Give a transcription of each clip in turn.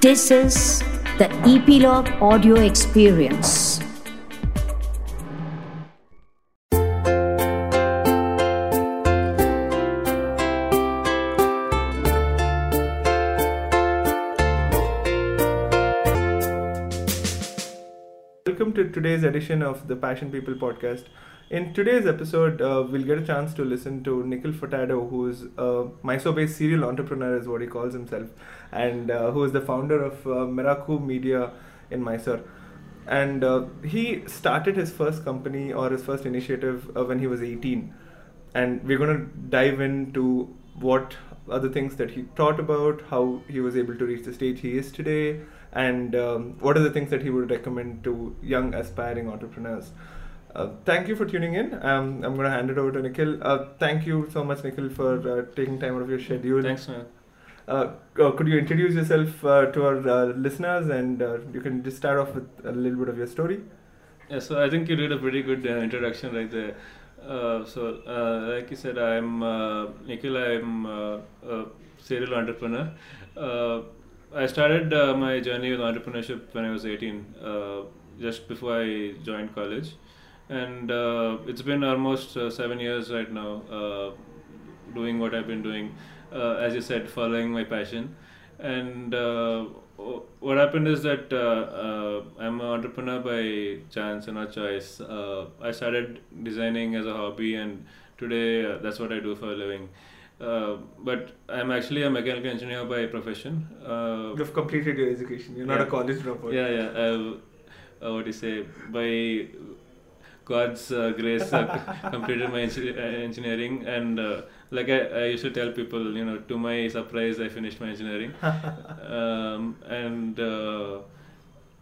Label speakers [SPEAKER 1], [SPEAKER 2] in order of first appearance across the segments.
[SPEAKER 1] This is the Epilogue Audio Experience.
[SPEAKER 2] Welcome to today's edition of the Passion People podcast. In today's episode, uh, we'll get a chance to listen to Nikhil Furtado, who is a Mysore-based serial entrepreneur, is what he calls himself, and uh, who is the founder of uh, Meraku Media in Mysore. And uh, he started his first company or his first initiative uh, when he was 18. And we're going to dive into what other things that he thought about, how he was able to reach the stage he is today, and um, what are the things that he would recommend to young aspiring entrepreneurs. Uh, thank you for tuning in. Um, I'm going to hand it over to Nikhil. Uh, thank you so much, Nikhil, for uh, taking time out of your schedule.
[SPEAKER 3] Thanks, man.
[SPEAKER 2] Uh, uh, could you introduce yourself uh, to our uh, listeners and uh, you can just start off with a little bit of your story?
[SPEAKER 3] Yeah, so I think you did a pretty good uh, introduction right there. Uh, so, uh, like you said, I'm uh, Nikhil. I'm uh, a serial entrepreneur. Uh, I started uh, my journey with entrepreneurship when I was 18, uh, just before I joined college, and uh, it's been almost uh, seven years right now. Uh, doing what I've been doing, uh, as you said, following my passion. And uh, o- what happened is that uh, uh, I'm an entrepreneur by chance and not choice. Uh, I started designing as a hobby, and today uh, that's what I do for a living. Uh, but I'm actually a mechanical engineer by profession. Uh,
[SPEAKER 2] You've completed your education. You're not a
[SPEAKER 3] Yeah.
[SPEAKER 2] college dropout.
[SPEAKER 3] yeah, yeah. Uh, uh, what do you say? By God's uh, grace, I completed my engi- uh, engineering, and uh, like I, I used to tell people, you know, to my surprise, I finished my engineering,
[SPEAKER 2] Mm-hmm.
[SPEAKER 3] um, and uh,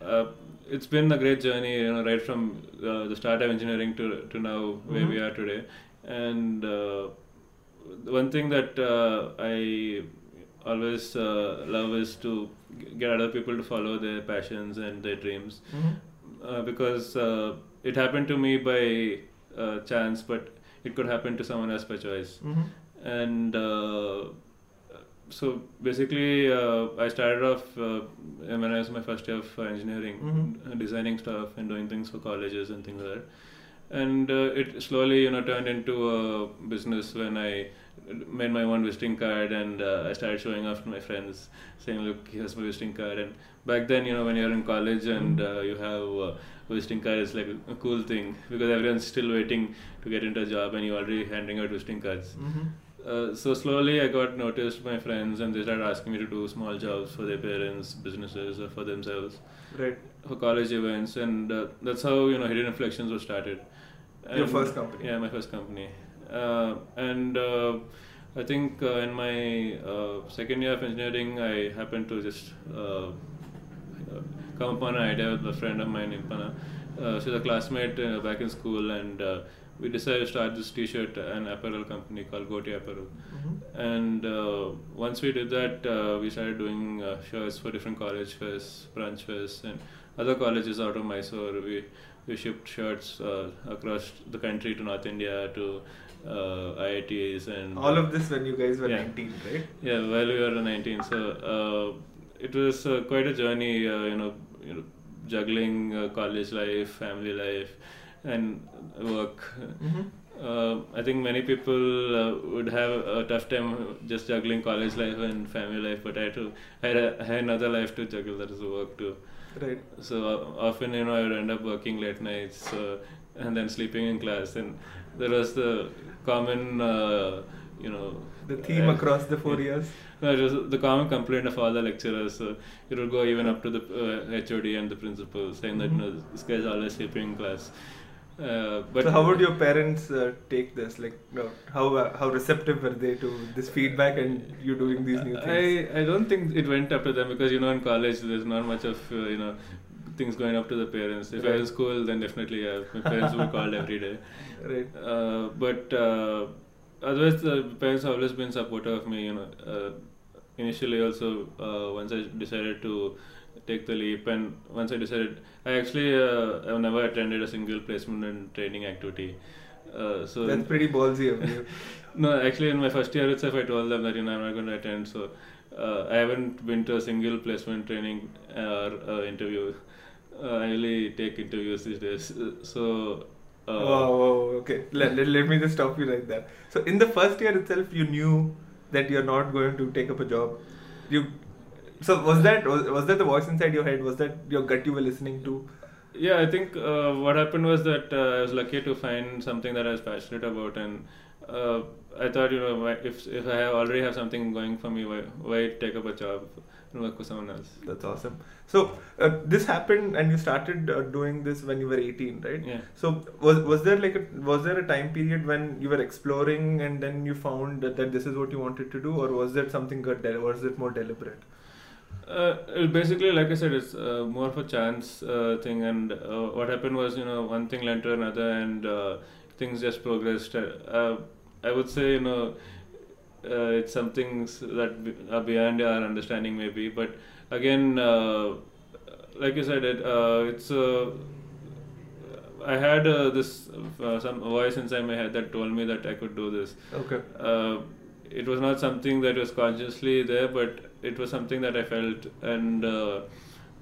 [SPEAKER 3] uh, it's been a great journey, you know, right from uh, the start of engineering to to now where we
[SPEAKER 2] Mhm.
[SPEAKER 3] are today, and uh, one thing that uh, I always uh, love is to g- get other people to follow their passions and their dreams
[SPEAKER 2] Mhm.
[SPEAKER 3] uh, because uh, it happened to me by uh, chance, but it could happen to someone else by choice.
[SPEAKER 2] Mhm.
[SPEAKER 3] And uh, so basically, uh, I started off uh, when I was in my first year of uh, engineering,
[SPEAKER 2] Mhm.
[SPEAKER 3] uh, designing stuff and doing things for colleges and things like that. And uh, it slowly, you know, turned into a business when I made my own visiting card and uh, I started showing off to my friends, saying, "Look, here's my visiting card." And back then, you know, when you're in college and uh, you have uh, visiting card, it's like a cool thing because everyone's still waiting to get into a job, and you're already handing out visiting cards.
[SPEAKER 2] Mhm.
[SPEAKER 3] Uh, so slowly I got noticed by friends and they started asking me to do small jobs for their parents, businesses or for themselves,
[SPEAKER 2] Right.
[SPEAKER 3] for college events and uh, that's how, you know, Hidden Reflections was started.
[SPEAKER 2] Your first company.
[SPEAKER 3] Yeah, my first company. Uh, and uh, I think uh, in my uh, second year of engineering I happened to just uh, uh, come upon an idea with a friend of mine, Impana. Uh, she's a classmate uh, back in school, and uh, we decided to start this T-shirt and apparel company called Goti Apparel.
[SPEAKER 2] Mm-hmm.
[SPEAKER 3] And uh, once we did that, uh, we started doing uh, shirts for different college fairs, branch fairs, and other colleges out of Mysore. We we shipped shirts uh, across the country to North India to uh, IITs and
[SPEAKER 2] All of this when you guys were
[SPEAKER 3] Yeah.
[SPEAKER 2] 19, right?
[SPEAKER 3] yeah, while we were 19, so uh, it was uh, quite a journey, uh, you know, you know, juggling uh, college life, family life, and work.
[SPEAKER 2] Mhm.
[SPEAKER 3] Uh, I think many people uh, would have a tough time just juggling college life and family life, but I had to, I had, a, I had another life to juggle that is work too.
[SPEAKER 2] Right.
[SPEAKER 3] So uh, often, you know, I would end up working late nights uh, and then sleeping in class, and there was the common, uh, you know,
[SPEAKER 2] The theme
[SPEAKER 3] uh,
[SPEAKER 2] across the four
[SPEAKER 3] yeah.
[SPEAKER 2] years.
[SPEAKER 3] No, it was the common complaint of all the lecturers. So it would go even up to the uh, HOD and the principal, saying that you know, this guy's always sleeping in class. Uh,
[SPEAKER 2] Mm-hmm.
[SPEAKER 3] but
[SPEAKER 2] so how would your parents uh, take this? Like, no, how uh, how receptive were they to this feedback and you doing these new things?
[SPEAKER 3] I, I don't think it went up to them because you know in college there's not much of uh, you know things going up to the parents. If I was in
[SPEAKER 2] Right.
[SPEAKER 3] school, then definitely yeah, my parents were called every day.
[SPEAKER 2] Right.
[SPEAKER 3] Uh, but uh, otherwise, the parents have always been supportive of me. You know, uh, initially also uh, once I decided to take the leap, and once I decided, I actually uh, I've never attended a single placement and training activity. Uh, so
[SPEAKER 2] That's pretty ballsy of you.
[SPEAKER 3] no, actually, in my first year itself, I told them that you know I'm not going to attend, so uh, I haven't been to a single placement training or uh, interview. Uh, I only take interviews these days. So. Uh,
[SPEAKER 2] wow, wow, okay. Let, let, let me just stop you right there. So, in the first year itself, you knew that you're not going to take up a job. You. So was that was, was that the voice inside your head? Was that your gut you were listening to?
[SPEAKER 3] Yeah, I think uh, what happened was that uh, I was lucky to find something that I was passionate about, and uh, I thought, you know, why, if if I have already have something going for me, why why take up a job and work for someone else?
[SPEAKER 2] That's awesome. So uh, this happened, and you started uh, doing this when you were 18, right?
[SPEAKER 3] Yeah.
[SPEAKER 2] So was was there like a was there a time period when you were exploring, and then you found that, that this is what you wanted to do, or was that something got del- was it more deliberate?
[SPEAKER 3] Uh, it basically, like I said, it's uh, more of a chance uh, thing. And uh, what happened was, you know, one thing led to another, and uh, things just progressed. Uh, I would say, you know, uh, it's some things that be- are beyond our understanding, maybe. But again, uh, like you said, it uh, it's. Uh, I had uh, this uh, some voice inside my head that told me that I could do this
[SPEAKER 2] Okay.
[SPEAKER 3] uh, it was not something that was consciously there, but it was something that I felt. And uh,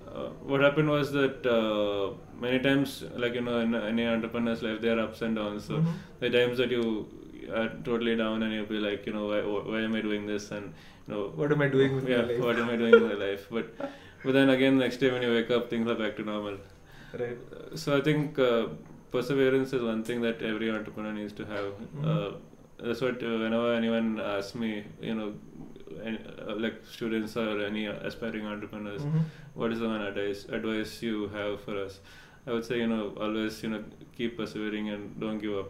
[SPEAKER 3] uh, what happened was that uh, many times, like you know, in any entrepreneur's life, there are ups and downs. So
[SPEAKER 2] Mhm.
[SPEAKER 3] the times that you are totally down and you'll be like, you know, why, why am I doing this? And you know,
[SPEAKER 2] What am I doing with my
[SPEAKER 3] yeah,
[SPEAKER 2] life?
[SPEAKER 3] what am I doing with my life? But but then again, next day when you wake up, things are back to normal.
[SPEAKER 2] Right.
[SPEAKER 3] So I think uh, perseverance is one thing that every entrepreneur needs to have. Uh,
[SPEAKER 2] Mhm.
[SPEAKER 3] that's what uh, whenever anyone asks me, you know, any, uh, like students or any aspiring entrepreneurs,
[SPEAKER 2] Mhm.
[SPEAKER 3] what is the one advice advice you have for us? I would say you know always you know keep persevering and don't give up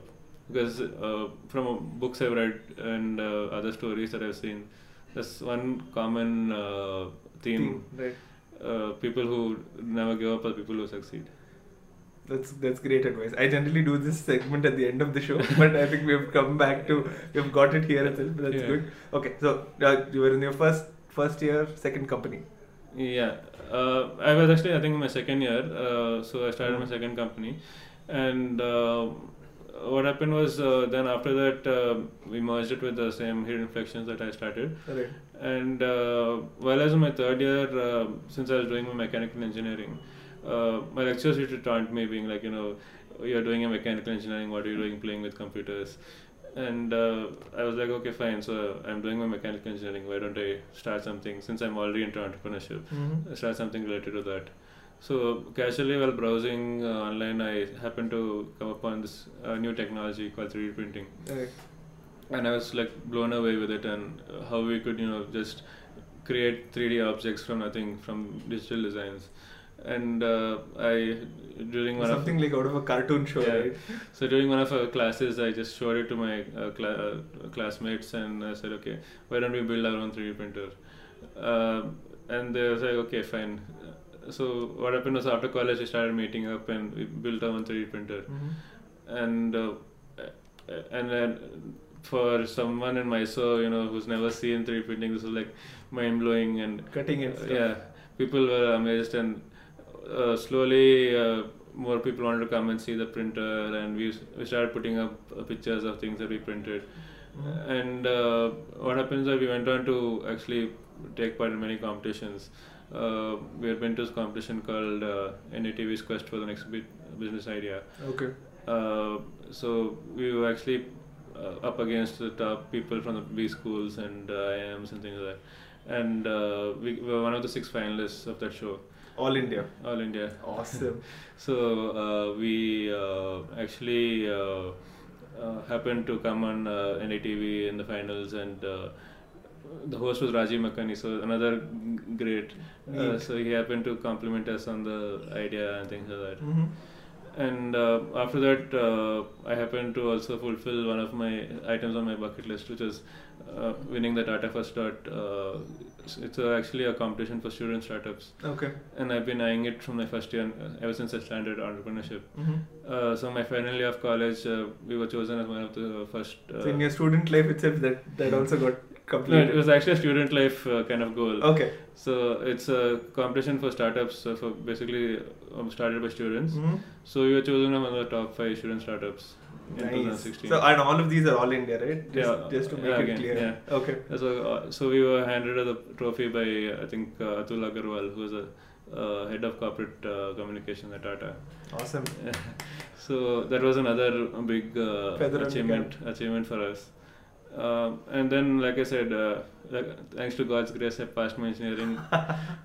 [SPEAKER 3] because uh, from uh, books I've read and uh, other stories that I've seen, that's one common uh,
[SPEAKER 2] Team,
[SPEAKER 3] theme.
[SPEAKER 2] Right.
[SPEAKER 3] Uh, people who never give up are people who succeed.
[SPEAKER 2] That's that's great advice. I generally do this segment at the end of the show, but I think we've come back to we've got it here itself. That's
[SPEAKER 3] Yeah.
[SPEAKER 2] good. Okay, so uh, you were in your first first year, second company.
[SPEAKER 3] Yeah, uh, I was actually I think in my second year, uh, so I started my
[SPEAKER 2] Mhm.
[SPEAKER 3] second company, and uh, what happened was uh, then after that uh, we merged it with the same hidden inflections that I started,
[SPEAKER 2] Right.
[SPEAKER 3] and uh, while I was in my third year, uh, since I was doing my mechanical engineering, uh, my lecturers used to taunt me being like you know you're doing a mechanical engineering, what are you doing playing with computers? And uh, I was like, okay, fine. So I'm doing my mechanical engineering. Why don't I start something since I'm already into entrepreneurship?
[SPEAKER 2] Mhm.
[SPEAKER 3] start something related to that. So casually while browsing uh, online, I happened to come upon this uh, new technology called 3D printing,
[SPEAKER 2] Right.
[SPEAKER 3] and I was like blown away with it and uh, how we could you know just create 3D objects from nothing from digital designs. And uh, I during one of
[SPEAKER 2] Something like out of a cartoon show,
[SPEAKER 3] Yeah.
[SPEAKER 2] right?
[SPEAKER 3] so during one of our classes, I just showed it to my uh, cla- uh, classmates, and I said, "Okay, why don't we build our own 3D printer?" Um and they were like, "Okay, fine." So what happened was after college, we started meeting up, and we built our own 3D printer.
[SPEAKER 2] Mhm.
[SPEAKER 3] And uh, and then for someone in Mysore, you know, who's never seen 3D printing, this was like mind blowing and
[SPEAKER 2] Cutting and stuff.
[SPEAKER 3] yeah, people were amazed, and uh, slowly uh, more people wanted to come and see the printer, and we, s- we started putting up uh, pictures of things that we printed.
[SPEAKER 2] Mhm.
[SPEAKER 3] And uh, what happens is we went on to actually take part in many competitions. Uh, we had been to this competition called uh, NATV's Quest for the Next Bit Business Idea.
[SPEAKER 2] Okay.
[SPEAKER 3] Uh, so we were actually uh, up against the top people from the B schools and uh, IIMs and things like that. And uh, we were one of the six finalists of that show,
[SPEAKER 2] All India.
[SPEAKER 3] All India.
[SPEAKER 2] Awesome.
[SPEAKER 3] So uh, we uh, actually uh, uh, happened to come on uh, NDTV in the finals, and uh, the host was Rajiv Makani, so another g- great. Uh,
[SPEAKER 2] Neat.
[SPEAKER 3] so he happened to compliment us on the idea and things like that
[SPEAKER 2] Mhm.
[SPEAKER 3] and uh, after that uh, i happened to also fulfill one of my items on my bucket list which is uh, winning the tata first dot uh, it's- it's uh actually a competition for student startups
[SPEAKER 2] Okay.
[SPEAKER 3] and i've been eyeing it from my first year uh, ever since i started entrepreneurship
[SPEAKER 2] Mhm.
[SPEAKER 3] uh, so my final year of college uh, we were chosen as one of the first uh,
[SPEAKER 2] So in your student life itself, that that also got
[SPEAKER 3] No,
[SPEAKER 2] completed?
[SPEAKER 3] it was actually a student life uh, kind of goal.
[SPEAKER 2] okay.
[SPEAKER 3] So it's a competition for startups, uh, for basically um, started by students.
[SPEAKER 2] Mhm.
[SPEAKER 3] So you were chosen among the top five student startups in
[SPEAKER 2] Nice.
[SPEAKER 3] 2016.
[SPEAKER 2] So and all of these are all India, right? Just,
[SPEAKER 3] Yeah.
[SPEAKER 2] just to make
[SPEAKER 3] Yeah,
[SPEAKER 2] it
[SPEAKER 3] again,
[SPEAKER 2] clear.
[SPEAKER 3] yeah.
[SPEAKER 2] Okay.
[SPEAKER 3] So, uh, so we were handed the trophy by uh, I think uh, Atul Agarwal, who is a uh, head of corporate uh, communication at Tata.
[SPEAKER 2] Awesome.
[SPEAKER 3] so that was another big uh,
[SPEAKER 2] Feather on the
[SPEAKER 3] achievement achievement for us. Um, and then, like I said, uh, like, thanks to God's grace, I passed my engineering.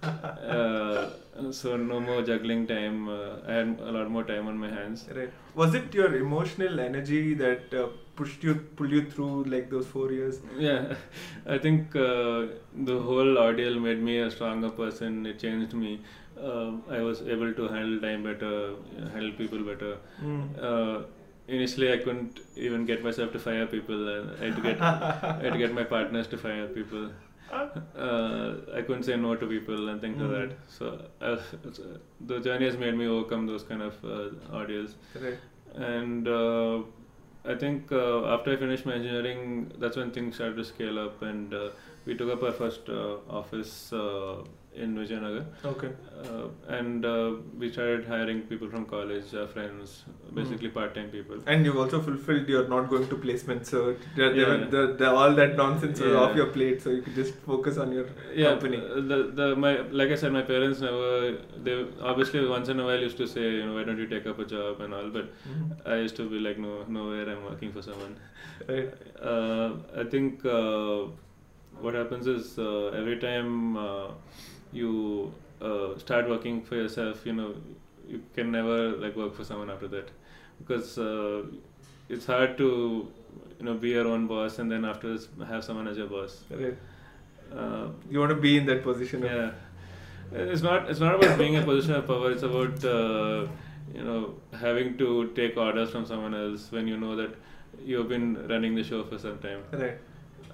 [SPEAKER 3] uh, so no more juggling time. Uh, I had a lot more time on my hands.
[SPEAKER 2] Right. Was it your emotional energy that uh, pushed you, pulled you through like those four years?
[SPEAKER 3] Yeah, I think uh, the whole ordeal made me a stronger person. It changed me. Um I was able to handle time better, handle people better.
[SPEAKER 2] Mm.
[SPEAKER 3] Uh, initially, I couldn't even get myself to fire people. and I had to get, I had to get my partners to fire people. Uh, I couldn't say no to people and things like
[SPEAKER 2] Mm.
[SPEAKER 3] that. So I was, the journey has made me overcome those kind of uh, ordeals
[SPEAKER 2] Right.
[SPEAKER 3] and uh, I think uh, after I finished my engineering, that's when things started to scale up, and uh, we took up our first uh, office uh, in Vijayanagar,
[SPEAKER 2] Okay.
[SPEAKER 3] uh, and uh, we started hiring people from college, our friends, basically part-time people.
[SPEAKER 2] Hmm. And you've also fulfilled your not going to placement, so there, there
[SPEAKER 3] Yeah.
[SPEAKER 2] were- the, the, all that nonsense was
[SPEAKER 3] Yeah.
[SPEAKER 2] off your plate, so you could just focus on your
[SPEAKER 3] yeah,
[SPEAKER 2] company.
[SPEAKER 3] uh, The, the my like I said, my parents never. They obviously once in a while used to say, you know, why don't you take up a job and all, but
[SPEAKER 2] Mhm.
[SPEAKER 3] I used to be like, no, nowhere I'm working for someone.
[SPEAKER 2] Right.
[SPEAKER 3] Uh, I think uh, what happens is uh, every time uh, you uh, start working for yourself, you know, you can never like work for someone after that because uh, it's hard to you know be your own boss and then afterwards have someone as your boss.
[SPEAKER 2] Right.
[SPEAKER 3] Uh,
[SPEAKER 2] You want to be in that position. of-
[SPEAKER 3] yeah, it's not it's not about being in a position of power. It's about uh, you know having to take orders from someone else when you know that you've been running the show for some time.
[SPEAKER 2] Right.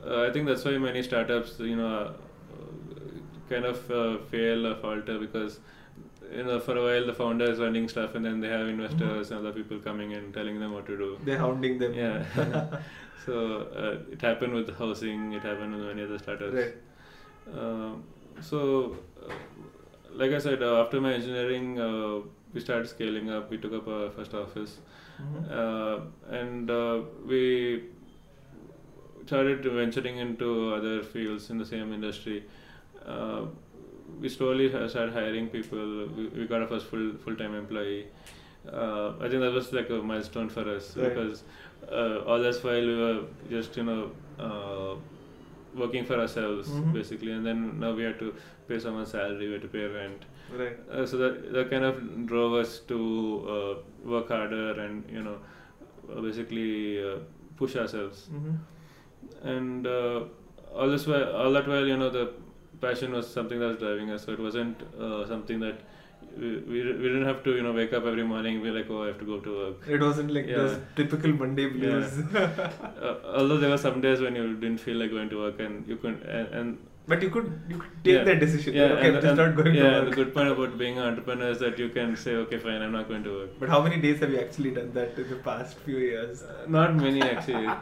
[SPEAKER 3] Uh, I think that's why many startups, you know, uh, kind of uh, fail or falter because, you know, for a while the founder is running stuff and then they have investors and other people coming in telling them what to do.
[SPEAKER 2] They're hounding them.
[SPEAKER 3] Yeah. so uh, it happened with housing, it happened with many other startups.
[SPEAKER 2] Right.
[SPEAKER 3] Um, so, uh, like I said, uh, after my engineering, uh, we started scaling up. We took up our first office,
[SPEAKER 2] Mhm.
[SPEAKER 3] uh, and uh, we started venturing into other fields in the same industry. Uh, we slowly ha- started hiring people. We, we got our first full full time employee. Uh, I think that was like a milestone for us
[SPEAKER 2] Right.
[SPEAKER 3] because uh, all this while we were just you know uh, working for ourselves
[SPEAKER 2] Mhm.
[SPEAKER 3] basically, and then now we had to pay someone's salary, we had to pay rent.
[SPEAKER 2] Right.
[SPEAKER 3] Uh, so that that kind of drove us to uh, work harder and you know uh, basically uh, push ourselves
[SPEAKER 2] Mhm.
[SPEAKER 3] and uh, all this while, all that while, you know, the passion was something that was driving us. So it wasn't uh, something that we, we we didn't have to you know wake up every morning and be like, oh, I have to go to work.
[SPEAKER 2] It wasn't like
[SPEAKER 3] Yeah.
[SPEAKER 2] those typical Monday blues.
[SPEAKER 3] Uh, although there were some days when you didn't feel like going to work and you couldn't and, and
[SPEAKER 2] But you could you could take
[SPEAKER 3] yeah.
[SPEAKER 2] that decision.
[SPEAKER 3] Yeah,
[SPEAKER 2] okay, I'm
[SPEAKER 3] and,
[SPEAKER 2] just
[SPEAKER 3] and-
[SPEAKER 2] not going
[SPEAKER 3] yeah,
[SPEAKER 2] to
[SPEAKER 3] the
[SPEAKER 2] work.
[SPEAKER 3] good point about being an entrepreneur is that you can say, okay, fine, I'm not going to work.
[SPEAKER 2] But how many days have you actually done that in the past few years?
[SPEAKER 3] Uh, not many actually.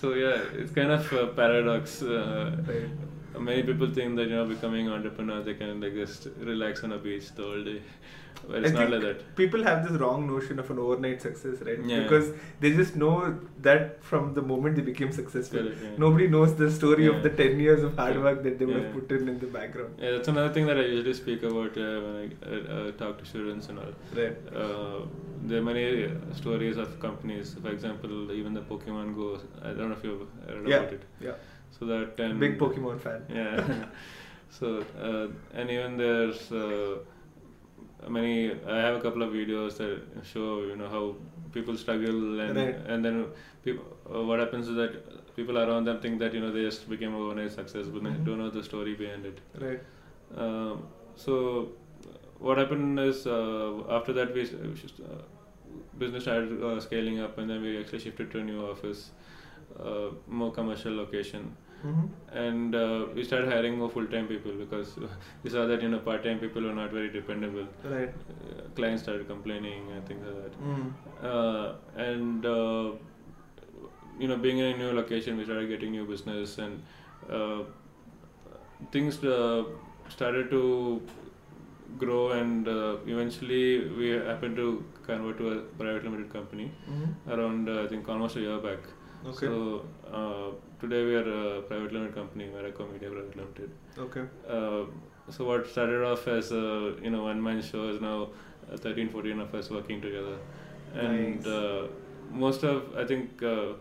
[SPEAKER 3] so yeah, it's kind of a paradox. Uh,
[SPEAKER 2] Right.
[SPEAKER 3] Many people think that you know becoming entrepreneurs they can like just relax on a beach the whole day, but it's
[SPEAKER 2] I
[SPEAKER 3] not like
[SPEAKER 2] think
[SPEAKER 3] that.
[SPEAKER 2] People have this wrong notion of an overnight success, right?
[SPEAKER 3] Yeah.
[SPEAKER 2] Because they just know that from the moment they became successful.
[SPEAKER 3] Correct, yeah.
[SPEAKER 2] Nobody knows the story of
[SPEAKER 3] Yeah.
[SPEAKER 2] the 10 years of hard
[SPEAKER 3] Yeah.
[SPEAKER 2] work that they would have
[SPEAKER 3] Yeah.
[SPEAKER 2] put in in the background.
[SPEAKER 3] Yeah, that's another thing that I usually speak about uh, when I uh, uh, talk to students and all.
[SPEAKER 2] Right.
[SPEAKER 3] Uh, there are many uh, stories of companies. For example, even the Pokemon Go. I don't know if you've heard
[SPEAKER 2] Yeah.
[SPEAKER 3] about it.
[SPEAKER 2] Yeah.
[SPEAKER 3] So that um, and
[SPEAKER 2] Big Pokemon fan.
[SPEAKER 3] Yeah. so uh, and even there's uh, many. I have a couple of videos that show you know how people struggle and
[SPEAKER 2] Right.
[SPEAKER 3] and then people. Uh, what happens is that people around them think that you know they just became overnight success, but they
[SPEAKER 2] Mhm.
[SPEAKER 3] don't know the story behind it.
[SPEAKER 2] Right.
[SPEAKER 3] Um, so what happened is uh, after that we, s- we just, uh, business started uh, scaling up and then we actually shifted to a new office, uh, more commercial location
[SPEAKER 2] hmm
[SPEAKER 3] and uh, we started hiring more full-time people because we saw that you know part-time people were not very dependable.
[SPEAKER 2] Right.
[SPEAKER 3] Uh, clients started complaining and things like that.
[SPEAKER 2] Mm.
[SPEAKER 3] Uh, and uh, you know, being in a new location, we started getting new business and uh, things uh, started to grow, and uh, eventually we happened to convert to a private limited company
[SPEAKER 2] Mm-hmm.
[SPEAKER 3] around uh, I think almost a year back.
[SPEAKER 2] Okay.
[SPEAKER 3] So uh, today we are a private limited company, Meraco Media Private Limited.
[SPEAKER 2] Okay.
[SPEAKER 3] Uh, so what started off as a you know one man show is now uh, 13, 14 of us working together, and
[SPEAKER 2] Nice.
[SPEAKER 3] uh, most of I think uh,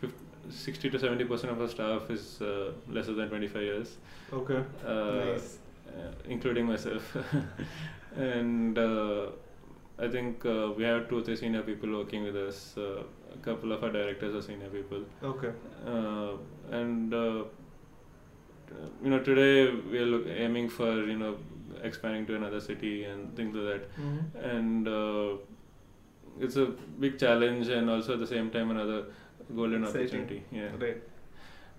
[SPEAKER 3] 50, 60 to 70 percent of our staff is uh, lesser than 25 years.
[SPEAKER 2] Okay.
[SPEAKER 3] Uh,
[SPEAKER 2] nice.
[SPEAKER 3] uh, including myself. and uh, I think uh, we have two or three senior people working with us. Uh, a couple of our directors are senior people.
[SPEAKER 2] Okay.
[SPEAKER 3] Uh, and uh, you know, today we are look- aiming for you know expanding to another city and things like that.
[SPEAKER 2] Mm-hmm.
[SPEAKER 3] And uh, it's a big challenge, and also at the same time another golden
[SPEAKER 2] Exciting.
[SPEAKER 3] opportunity. Yeah.
[SPEAKER 2] Right.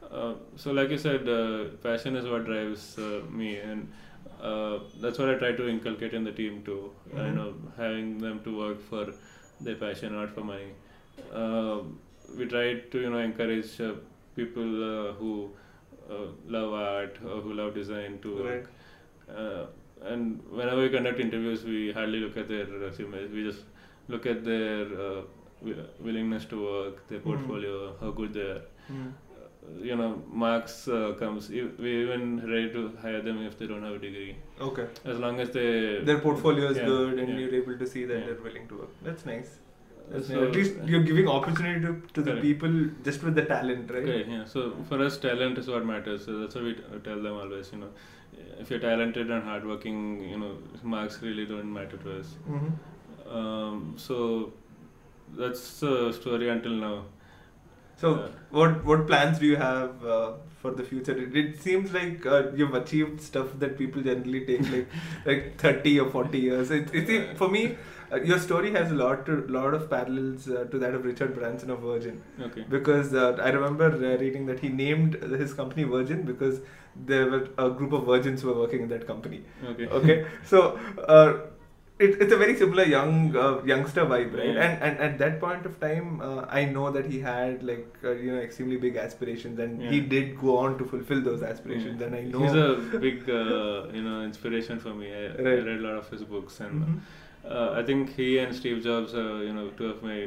[SPEAKER 3] Uh, so like you said uh, passion is what drives uh, me and uh, that's what i try to inculcate in the team too you
[SPEAKER 2] Mhm.
[SPEAKER 3] know having them to work for their passion not for money uh, we try to you know encourage uh, people uh, who uh, love art or who love design to
[SPEAKER 2] Right.
[SPEAKER 3] work uh, and whenever we conduct interviews we hardly look at their resumes we just look at their uh, wi- willingness to work their
[SPEAKER 2] Mhm.
[SPEAKER 3] portfolio how good they are
[SPEAKER 2] Mm.
[SPEAKER 3] you know, marks uh, comes. e- We even ready to hire them if they don't have a degree,
[SPEAKER 2] Okay.
[SPEAKER 3] as long as they
[SPEAKER 2] Their portfolio is
[SPEAKER 3] Yeah,
[SPEAKER 2] good, and
[SPEAKER 3] yeah.
[SPEAKER 2] you're able to see that
[SPEAKER 3] Yeah.
[SPEAKER 2] they're willing to work. That's nice. That's
[SPEAKER 3] So-
[SPEAKER 2] nice.
[SPEAKER 3] uh,
[SPEAKER 2] At least you're giving opportunity to, to the
[SPEAKER 3] Correct.
[SPEAKER 2] people just with the talent, right?
[SPEAKER 3] Okay, yeah. So for us, talent is what matters. So that's why we t- tell them always. You know, if you're talented and hardworking, you know, marks really don't matter to us.
[SPEAKER 2] Mm-hmm.
[SPEAKER 3] Um, so that's the story until now.
[SPEAKER 2] So,
[SPEAKER 3] Yeah.
[SPEAKER 2] what what plans do you have uh, for the future? It, it seems like uh, you've achieved stuff that people generally take like like thirty or forty years. It, it, it for me, uh, your story has a lot to, lot of parallels uh, to that of Richard Branson of Virgin
[SPEAKER 3] Okay.
[SPEAKER 2] because uh, I remember uh, reading that he named his company Virgin because there were a group of virgins who were working in that company.
[SPEAKER 3] Okay.
[SPEAKER 2] Okay, so uh, it, it's a very similar young uh, youngster vibe, right?
[SPEAKER 3] Yeah.
[SPEAKER 2] And and at that point of time, uh, I know that he had like uh, you know extremely big aspirations, and he
[SPEAKER 3] Yeah.
[SPEAKER 2] did go on to fulfill those aspirations.
[SPEAKER 3] Yeah.
[SPEAKER 2] And I know
[SPEAKER 3] He's a big, uh, you know, inspiration for me. I, I
[SPEAKER 2] Right.
[SPEAKER 3] read a lot of his books, and
[SPEAKER 2] Mhm.
[SPEAKER 3] uh, I think he and Steve Jobs are, you know, two of my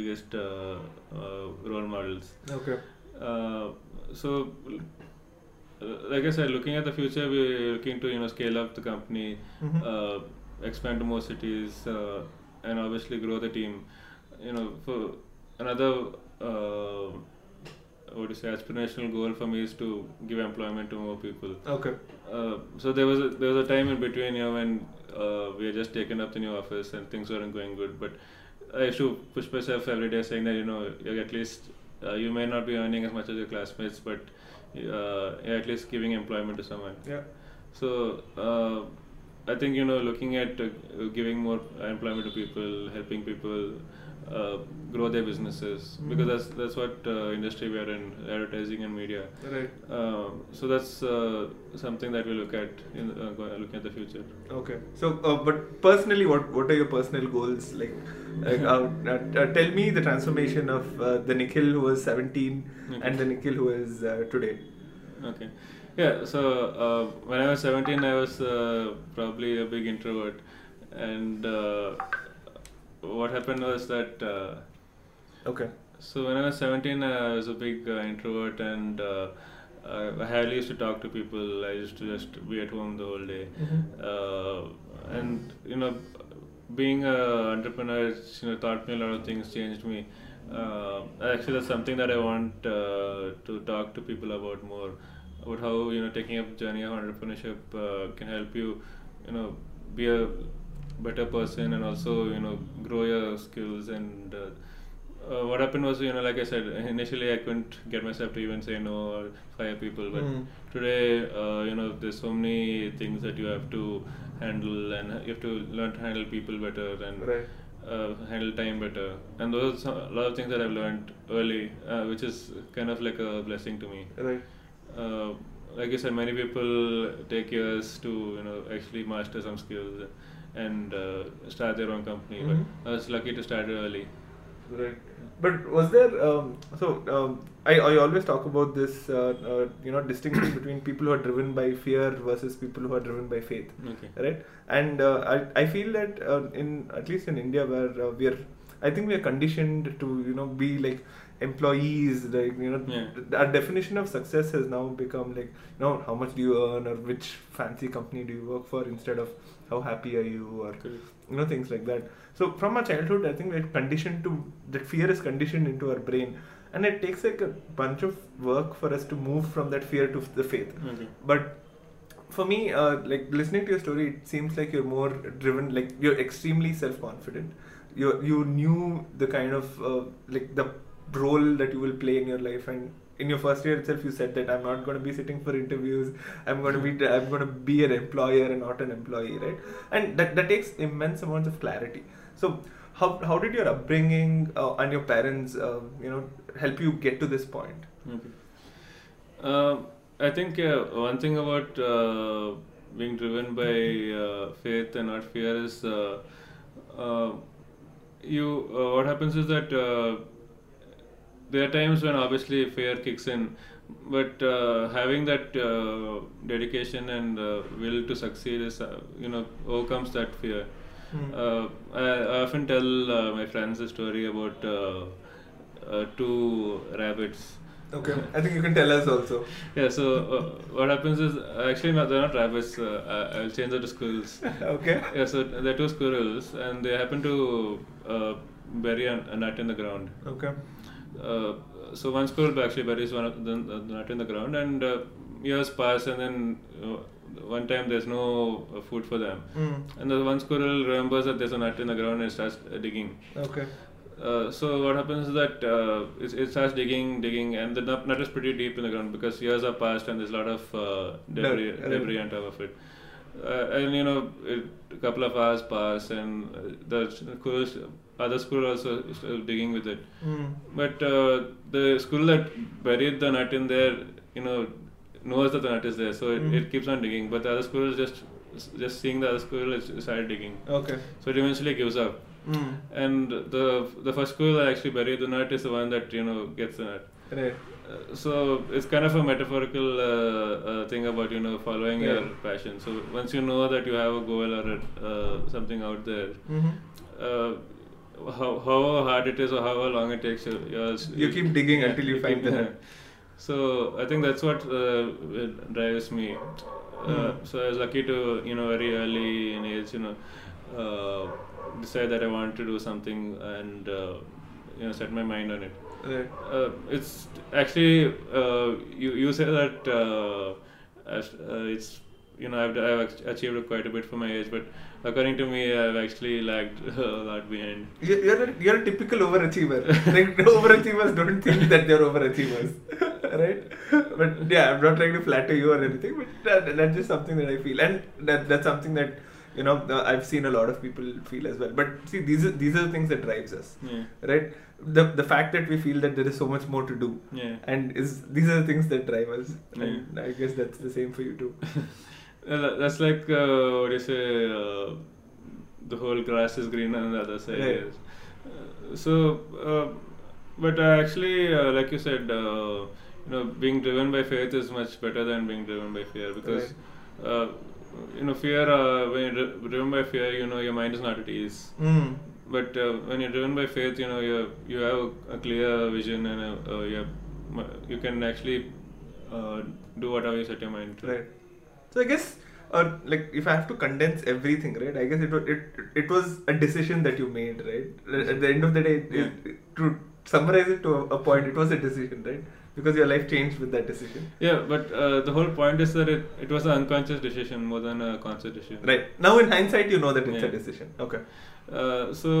[SPEAKER 3] biggest uh, uh, role models.
[SPEAKER 2] Okay.
[SPEAKER 3] Uh, so, uh, like I said, looking at the future, we're looking to, you know, scale up the company,
[SPEAKER 2] Mhm.
[SPEAKER 3] uh, expand to more cities, uh, and obviously grow the team. You know, for another, uh, what do you say, aspirational goal for me is to give employment to more people.
[SPEAKER 2] Okay.
[SPEAKER 3] Uh, so there was a, there was a time in between you know, when uh, we had just taken up the new office and things weren't going good. But I used to push myself every day, saying that you know you're at least uh, you may not be earning as much as your classmates, but uh, you're at least giving employment to someone.
[SPEAKER 2] Yeah.
[SPEAKER 3] So uh, I think you know looking at uh, giving more employment to people, helping people. Uh, grow their businesses because
[SPEAKER 2] Mhm.
[SPEAKER 3] that's that's what uh, industry we are in advertising and media
[SPEAKER 2] Right.
[SPEAKER 3] um, so that's uh, something that we look at in uh, go- looking at the future.
[SPEAKER 2] Okay. So, uh, but personally, what what are your personal goals? Like, like uh, uh, uh, tell me the transformation of uh, the Nikhil who was seventeen
[SPEAKER 3] Okay.
[SPEAKER 2] and the Nikhil who is uh, today.
[SPEAKER 3] Okay, yeah. So uh, when I was 17, I was uh, probably a big introvert, and uh, what happened was that. Uh,
[SPEAKER 2] Okay.
[SPEAKER 3] So when I was 17, I was a big uh, introvert and uh, I I hardly used to talk to people. I used to just be at home the whole day. Uh, and you know, being an entrepreneur, it's, you know, taught me a lot of things, changed me. Uh, actually, that's something that I want uh, to talk to people about more, about how you know taking up journey of entrepreneurship uh, can help you, you know, be a better person and also you know grow your skills and. Uh, uh, what happened was, you know, like I said, initially I couldn't get myself to even say no or fire people, but
[SPEAKER 2] Mm.
[SPEAKER 3] today, uh, you know, there's so many things that you have to handle, and you have to learn to handle people better and
[SPEAKER 2] Right.
[SPEAKER 3] uh, handle time better. And those are some, a lot of things that I've learned early, uh, which is kind of like a blessing to me.
[SPEAKER 2] Right.
[SPEAKER 3] Uh, like I said, many people take years to you know actually master some skills and uh, start their own company.
[SPEAKER 2] Mhm.
[SPEAKER 3] But I was lucky to start early.
[SPEAKER 2] Right. But was there um, so um, I, I always talk about this uh, uh, you know distinction between people who are driven by fear versus people who are driven by faith,
[SPEAKER 3] Okay.
[SPEAKER 2] right? And uh, I I feel that uh, in at least in India where uh, we are, I think we are conditioned to you know be like employees like you know
[SPEAKER 3] Yeah.
[SPEAKER 2] th- our definition of success has now become like you know how much do you earn or which fancy company do you work for instead of how happy are you or
[SPEAKER 3] Correct.
[SPEAKER 2] you know things like that so from our childhood i think we're conditioned to that fear is conditioned into our brain and it takes like a bunch of work for us to move from that fear to the faith
[SPEAKER 3] Okay.
[SPEAKER 2] but for me uh, like listening to your story it seems like you're more driven like you're extremely self-confident you you knew the kind of uh, like the role that you will play in your life and in your first year itself you said that i'm not going to be sitting for interviews i'm going to be i'm going to be an employer and not an employee right and that, that takes immense amounts of clarity so how, how did your upbringing uh, and your parents uh, you know help you get to this point
[SPEAKER 3] Okay. Um, I think uh, one thing about uh, being driven by uh, faith and not fear is uh, uh, you. Uh, what happens is that uh, there are times when obviously fear kicks in, but uh, having that uh, dedication and uh, will to succeed is uh, you know overcomes that fear.
[SPEAKER 2] Hmm.
[SPEAKER 3] Uh, I, I often tell uh, my friends a story about uh, uh, two rabbits.
[SPEAKER 2] okay i think you can tell us also
[SPEAKER 3] Yeah, so uh, what happens is actually no, they're not rabbits. Uh, I- I'll change that to squirrels.
[SPEAKER 2] okay
[SPEAKER 3] Yeah, so they're two squirrels, and they happen to uh, bury a, a nut in the ground.
[SPEAKER 2] Okay.
[SPEAKER 3] Uh, so one squirrel actually buries one of the, the nut in the ground, and uh, years pass, and then uh, one time there's no uh, food for them,
[SPEAKER 2] Mm.
[SPEAKER 3] and the one squirrel remembers that there's a nut in the ground and starts uh, digging.
[SPEAKER 2] Okay.
[SPEAKER 3] Uh, so what happens is that uh, it, it starts digging, digging, and the nut, nut is pretty deep in the ground because years have passed and there's a lot of uh, debris,
[SPEAKER 2] Dirt, uh,
[SPEAKER 3] debris on top of it. Uh, and you know, it, a couple of hours pass, and uh, the squirrel, other squirrel also is still digging with it.
[SPEAKER 2] Mm.
[SPEAKER 3] But uh, the squirrel that buried the nut in there, you know, knows that the nut is there, so it,
[SPEAKER 2] Mhm.
[SPEAKER 3] it keeps on digging. But the other squirrel just just seeing the other squirrel, it started digging.
[SPEAKER 2] Okay.
[SPEAKER 3] So it eventually gives up.
[SPEAKER 2] Mm.
[SPEAKER 3] And the the first squirrel that actually buried the nut is the one that you know gets the nut.
[SPEAKER 2] Right.
[SPEAKER 3] Uh, so it's kind of a metaphorical uh, uh, thing about you know following
[SPEAKER 2] Yeah.
[SPEAKER 3] your passion. So once you know that you have a goal or a, uh, something out there,
[SPEAKER 2] Mm-hmm.
[SPEAKER 3] uh, how however hard it is or however long it takes, you you'll s-
[SPEAKER 2] You keep digging
[SPEAKER 3] yeah,
[SPEAKER 2] until you find
[SPEAKER 3] keep-
[SPEAKER 2] the nut.
[SPEAKER 3] So I think that's what uh, it drives me. Uh,
[SPEAKER 2] Mm.
[SPEAKER 3] so I was lucky to you know very early in age you know uh, decide that I wanted to do something and uh, you know set my mind on it.
[SPEAKER 2] Right.
[SPEAKER 3] Uh, it's actually uh, you you say that uh, as- uh, it's you know I've, I've ac- achieved quite a bit for my age, but according to me, I've actually lagged a lot behind.
[SPEAKER 2] You- You're a, you're a typical overachiever. like overachievers don't think that they're overachievers, right? But yeah, I'm not trying to flatter you or anything. But that, that's just something that I feel, and that that's something that you know uh, I've seen a lot of people feel as well. But see, these are these are the things that drives us,
[SPEAKER 3] Yeah.
[SPEAKER 2] right? The the fact that we feel that there is so much more to do,
[SPEAKER 3] Yeah.
[SPEAKER 2] and is these are the things that drive us. And
[SPEAKER 3] Yeah.
[SPEAKER 2] I guess that's the same for you too.
[SPEAKER 3] Uh, tha- That's like uh, what do you say? Uh, the whole grass is greener on the other side.
[SPEAKER 2] Right.
[SPEAKER 3] yes. Uh, so, uh, but I actually, uh, like you said, uh, you know, being driven by faith is much better than being driven by fear because, uh, you know, fear. Uh, when you're dri- driven by fear, you know, your mind is not at ease.
[SPEAKER 2] Mm.
[SPEAKER 3] But uh, when you're driven by faith, you know you you have a clear vision and a, uh, you have, you can actually uh, do whatever you set your mind to.
[SPEAKER 2] Right. So I guess, uh, like, if I have to condense everything, right? I guess it was it it was a decision that you made, right? At the end of the day, it-
[SPEAKER 3] Yeah.
[SPEAKER 2] it- to summarize it to a, a point, it was a decision, right? Because your life changed with that decision.
[SPEAKER 3] Yeah, but uh, the whole point is that it, it was an unconscious decision more than a conscious decision.
[SPEAKER 2] Right. Now, in hindsight, you know that it's a
[SPEAKER 3] Yeah.
[SPEAKER 2] decision. Okay.
[SPEAKER 3] Uh, so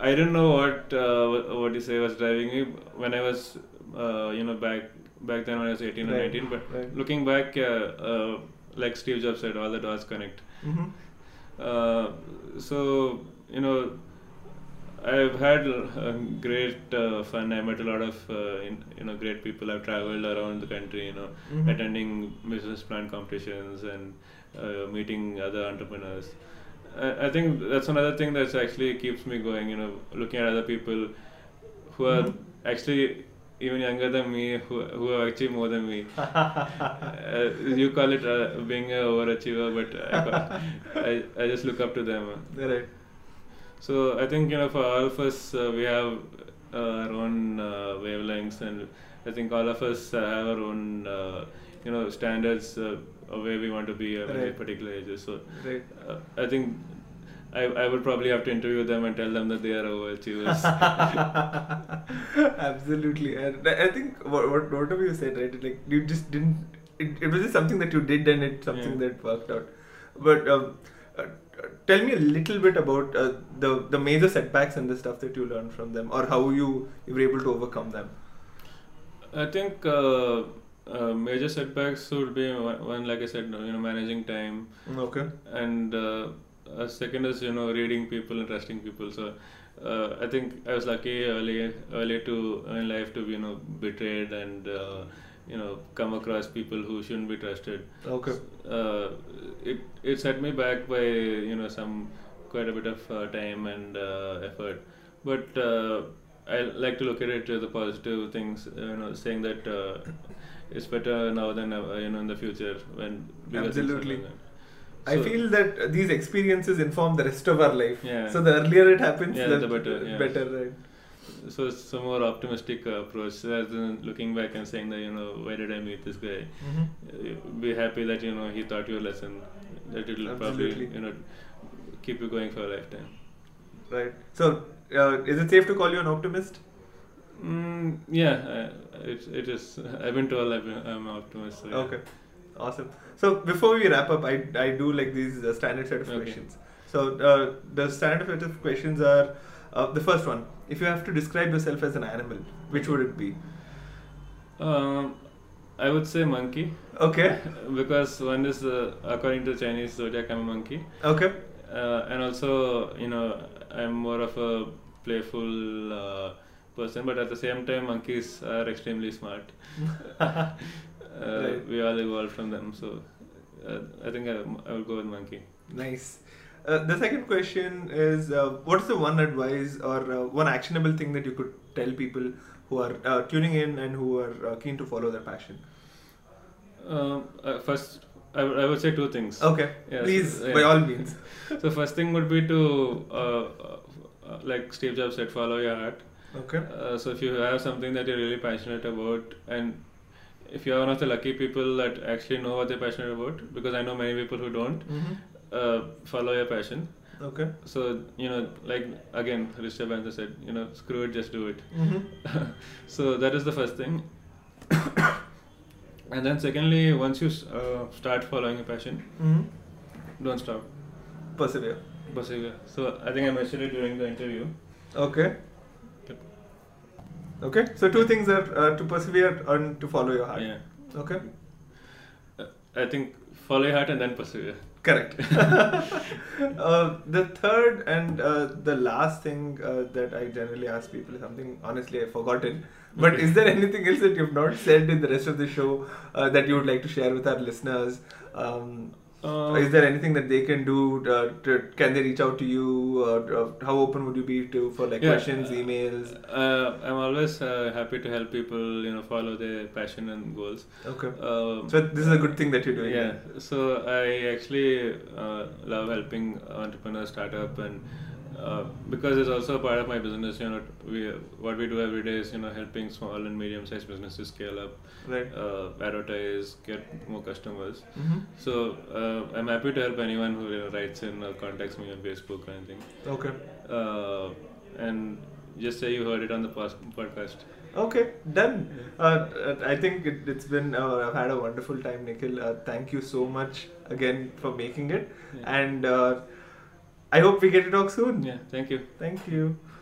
[SPEAKER 3] I don't know what uh, wha- what you say was driving me when I was uh, you know back back then when I was 18 or
[SPEAKER 2] Right,
[SPEAKER 3] 19. But
[SPEAKER 2] right.
[SPEAKER 3] looking back, uh, uh, like Steve Jobs said, all the dots connect.
[SPEAKER 2] Mm-hmm.
[SPEAKER 3] Uh, so you know i've had uh, great uh, fun i met a lot of uh, in, you know great people i've traveled around the country you know
[SPEAKER 2] Mhm.
[SPEAKER 3] attending business plan competitions and uh, meeting other entrepreneurs I, I think that's another thing that's actually keeps me going. You know, looking at other people who are actually even younger than me, who who are actually more than me. uh, you call it uh, being a overachiever, but I, call- I I just look up to them.
[SPEAKER 2] Right.
[SPEAKER 3] So I think you know, for all of us, uh, we have uh, our own uh, wavelengths, and I think all of us uh, have our own uh, you know standards uh, of where we want to be at any
[SPEAKER 2] Right.
[SPEAKER 3] particular ages. So
[SPEAKER 2] Right.
[SPEAKER 3] uh, I think I I would probably have to interview them and tell them that they are overachievers.
[SPEAKER 2] Absolutely, and I I think what what what have you said, right? Like you just didn't. It, it was just something that you did, and it's something
[SPEAKER 3] Yeah.
[SPEAKER 2] that worked out. But um, uh, uh, tell me a little bit about uh, the the major setbacks and the stuff that you learned from them, or how you, you were able to overcome them.
[SPEAKER 3] I think uh, uh, major setbacks would be one, one, like I said, you know, managing time.
[SPEAKER 2] Okay.
[SPEAKER 3] and uh, uh, second is you know reading people and trusting people so uh, i think i was lucky early early to in life to be you know betrayed and uh, you know come across people who shouldn't be trusted
[SPEAKER 2] Okay.
[SPEAKER 3] uh, it it set me back by you know some quite a bit of uh, time and uh, effort but uh, i like to look at it to the positive things you know saying that uh, it's better now than uh, you know in the future when because things
[SPEAKER 2] Absolutely.
[SPEAKER 3] happen.
[SPEAKER 2] I
[SPEAKER 3] So-
[SPEAKER 2] feel that uh, these experiences inform the rest of our life.
[SPEAKER 3] Yeah.
[SPEAKER 2] So the earlier it happens,
[SPEAKER 3] Yeah, the better, yeah.
[SPEAKER 2] Better, right?
[SPEAKER 3] So it's a more optimistic uh, approach rather than looking back and saying that you know why did I meet this guy.
[SPEAKER 2] Mhm.
[SPEAKER 3] Uh, Be happy that you know he taught you a lesson that it'll
[SPEAKER 2] Absolutely.
[SPEAKER 3] probably you know keep you going for a lifetime.
[SPEAKER 2] Right. So uh, is it safe to call you an optimist?
[SPEAKER 3] Mm, yeah, I, it it is. I've been told I've been, I'm an optimist. So yeah.
[SPEAKER 2] Okay, awesome. So before we wrap up, I, I do like these uh, standard set of
[SPEAKER 3] Okay.
[SPEAKER 2] questions. So uh, the standard set of questions are uh, the first one. If you have to describe yourself as an animal, which would it be?
[SPEAKER 3] Um, I would say monkey
[SPEAKER 2] Okay,
[SPEAKER 3] because one is uh, according to Chinese zodiac I'm a monkey.
[SPEAKER 2] okay,
[SPEAKER 3] uh, and also you know i'm more of a playful uh, person but at the same time monkeys are extremely smart uh,
[SPEAKER 2] Right.
[SPEAKER 3] we all evolved from them so uh, i think I, I will go with monkey
[SPEAKER 2] nice. Uh, the second question is uh, what's the one advice or uh, one actionable thing that you could tell people who are uh, tuning in and who are uh, keen to follow their passion?
[SPEAKER 3] um, uh, first I, would- I would say two things
[SPEAKER 2] Okay,
[SPEAKER 3] Yeah, so-
[SPEAKER 2] please,
[SPEAKER 3] yeah.
[SPEAKER 2] by all means.
[SPEAKER 3] so first thing would be to uh, uh, uh, like steve jobs said follow your heart
[SPEAKER 2] Okay,
[SPEAKER 3] Uh, so if you have something that you're really passionate about, and if you're one of the lucky people that actually know what they're passionate about, because I know many people who don't,
[SPEAKER 2] Mhm.
[SPEAKER 3] uh, follow your passion.
[SPEAKER 2] okay.
[SPEAKER 3] So you know, like again, Richard Branson said, you know, screw it, just do it.
[SPEAKER 2] Mhm.
[SPEAKER 3] so that is the first thing. and then secondly, once you s- uh, start following your passion,
[SPEAKER 2] Mhm.
[SPEAKER 3] don't stop.
[SPEAKER 2] Persevere.
[SPEAKER 3] Persevere. So I think I mentioned it during the interview.
[SPEAKER 2] Okay.
[SPEAKER 3] Yep.
[SPEAKER 2] Okay. So two things are uh, to persevere and to follow your heart.
[SPEAKER 3] Yeah.
[SPEAKER 2] Okay.
[SPEAKER 3] Uh, I think follow your heart and then persevere.
[SPEAKER 2] Correct. uh, the third and uh, the last thing uh, that I generally ask people is something honestly I've forgotten. But
[SPEAKER 3] Okay.
[SPEAKER 2] is there anything else that you've not said in the rest of the show uh, that you would like to share with our listeners? Um,
[SPEAKER 3] Um,
[SPEAKER 2] is there anything that they can do? Uh, to, can they reach out to you? Or, uh, how open would you be to for like
[SPEAKER 3] Yeah,
[SPEAKER 2] questions,
[SPEAKER 3] uh,
[SPEAKER 2] emails?
[SPEAKER 3] Uh, I'm always uh, happy to help people, you know, follow their passion and goals.
[SPEAKER 2] Okay.
[SPEAKER 3] Um,
[SPEAKER 2] So this is a good thing that you're doing.
[SPEAKER 3] yeah. So I actually uh, love helping entrepreneurs start up and uh, because it's also a part of my business. You know, we what we do every day is you know helping small and medium-sized businesses scale up,
[SPEAKER 2] Right.
[SPEAKER 3] uh, advertise, get more customers.
[SPEAKER 2] hmm
[SPEAKER 3] So uh, I'm happy to help anyone who you know, writes in or contacts me on Facebook or anything.
[SPEAKER 2] Okay.
[SPEAKER 3] Uh, and just say you heard it on the pos- podcast.
[SPEAKER 2] Okay, done. Uh, Uh, I think it, it's been, uh, I've had a wonderful time, Nikhil. Uh, thank you so much again for making it.
[SPEAKER 3] Yeah.
[SPEAKER 2] And uh, I hope we get to talk soon.
[SPEAKER 3] Yeah, thank you.
[SPEAKER 2] Thank you.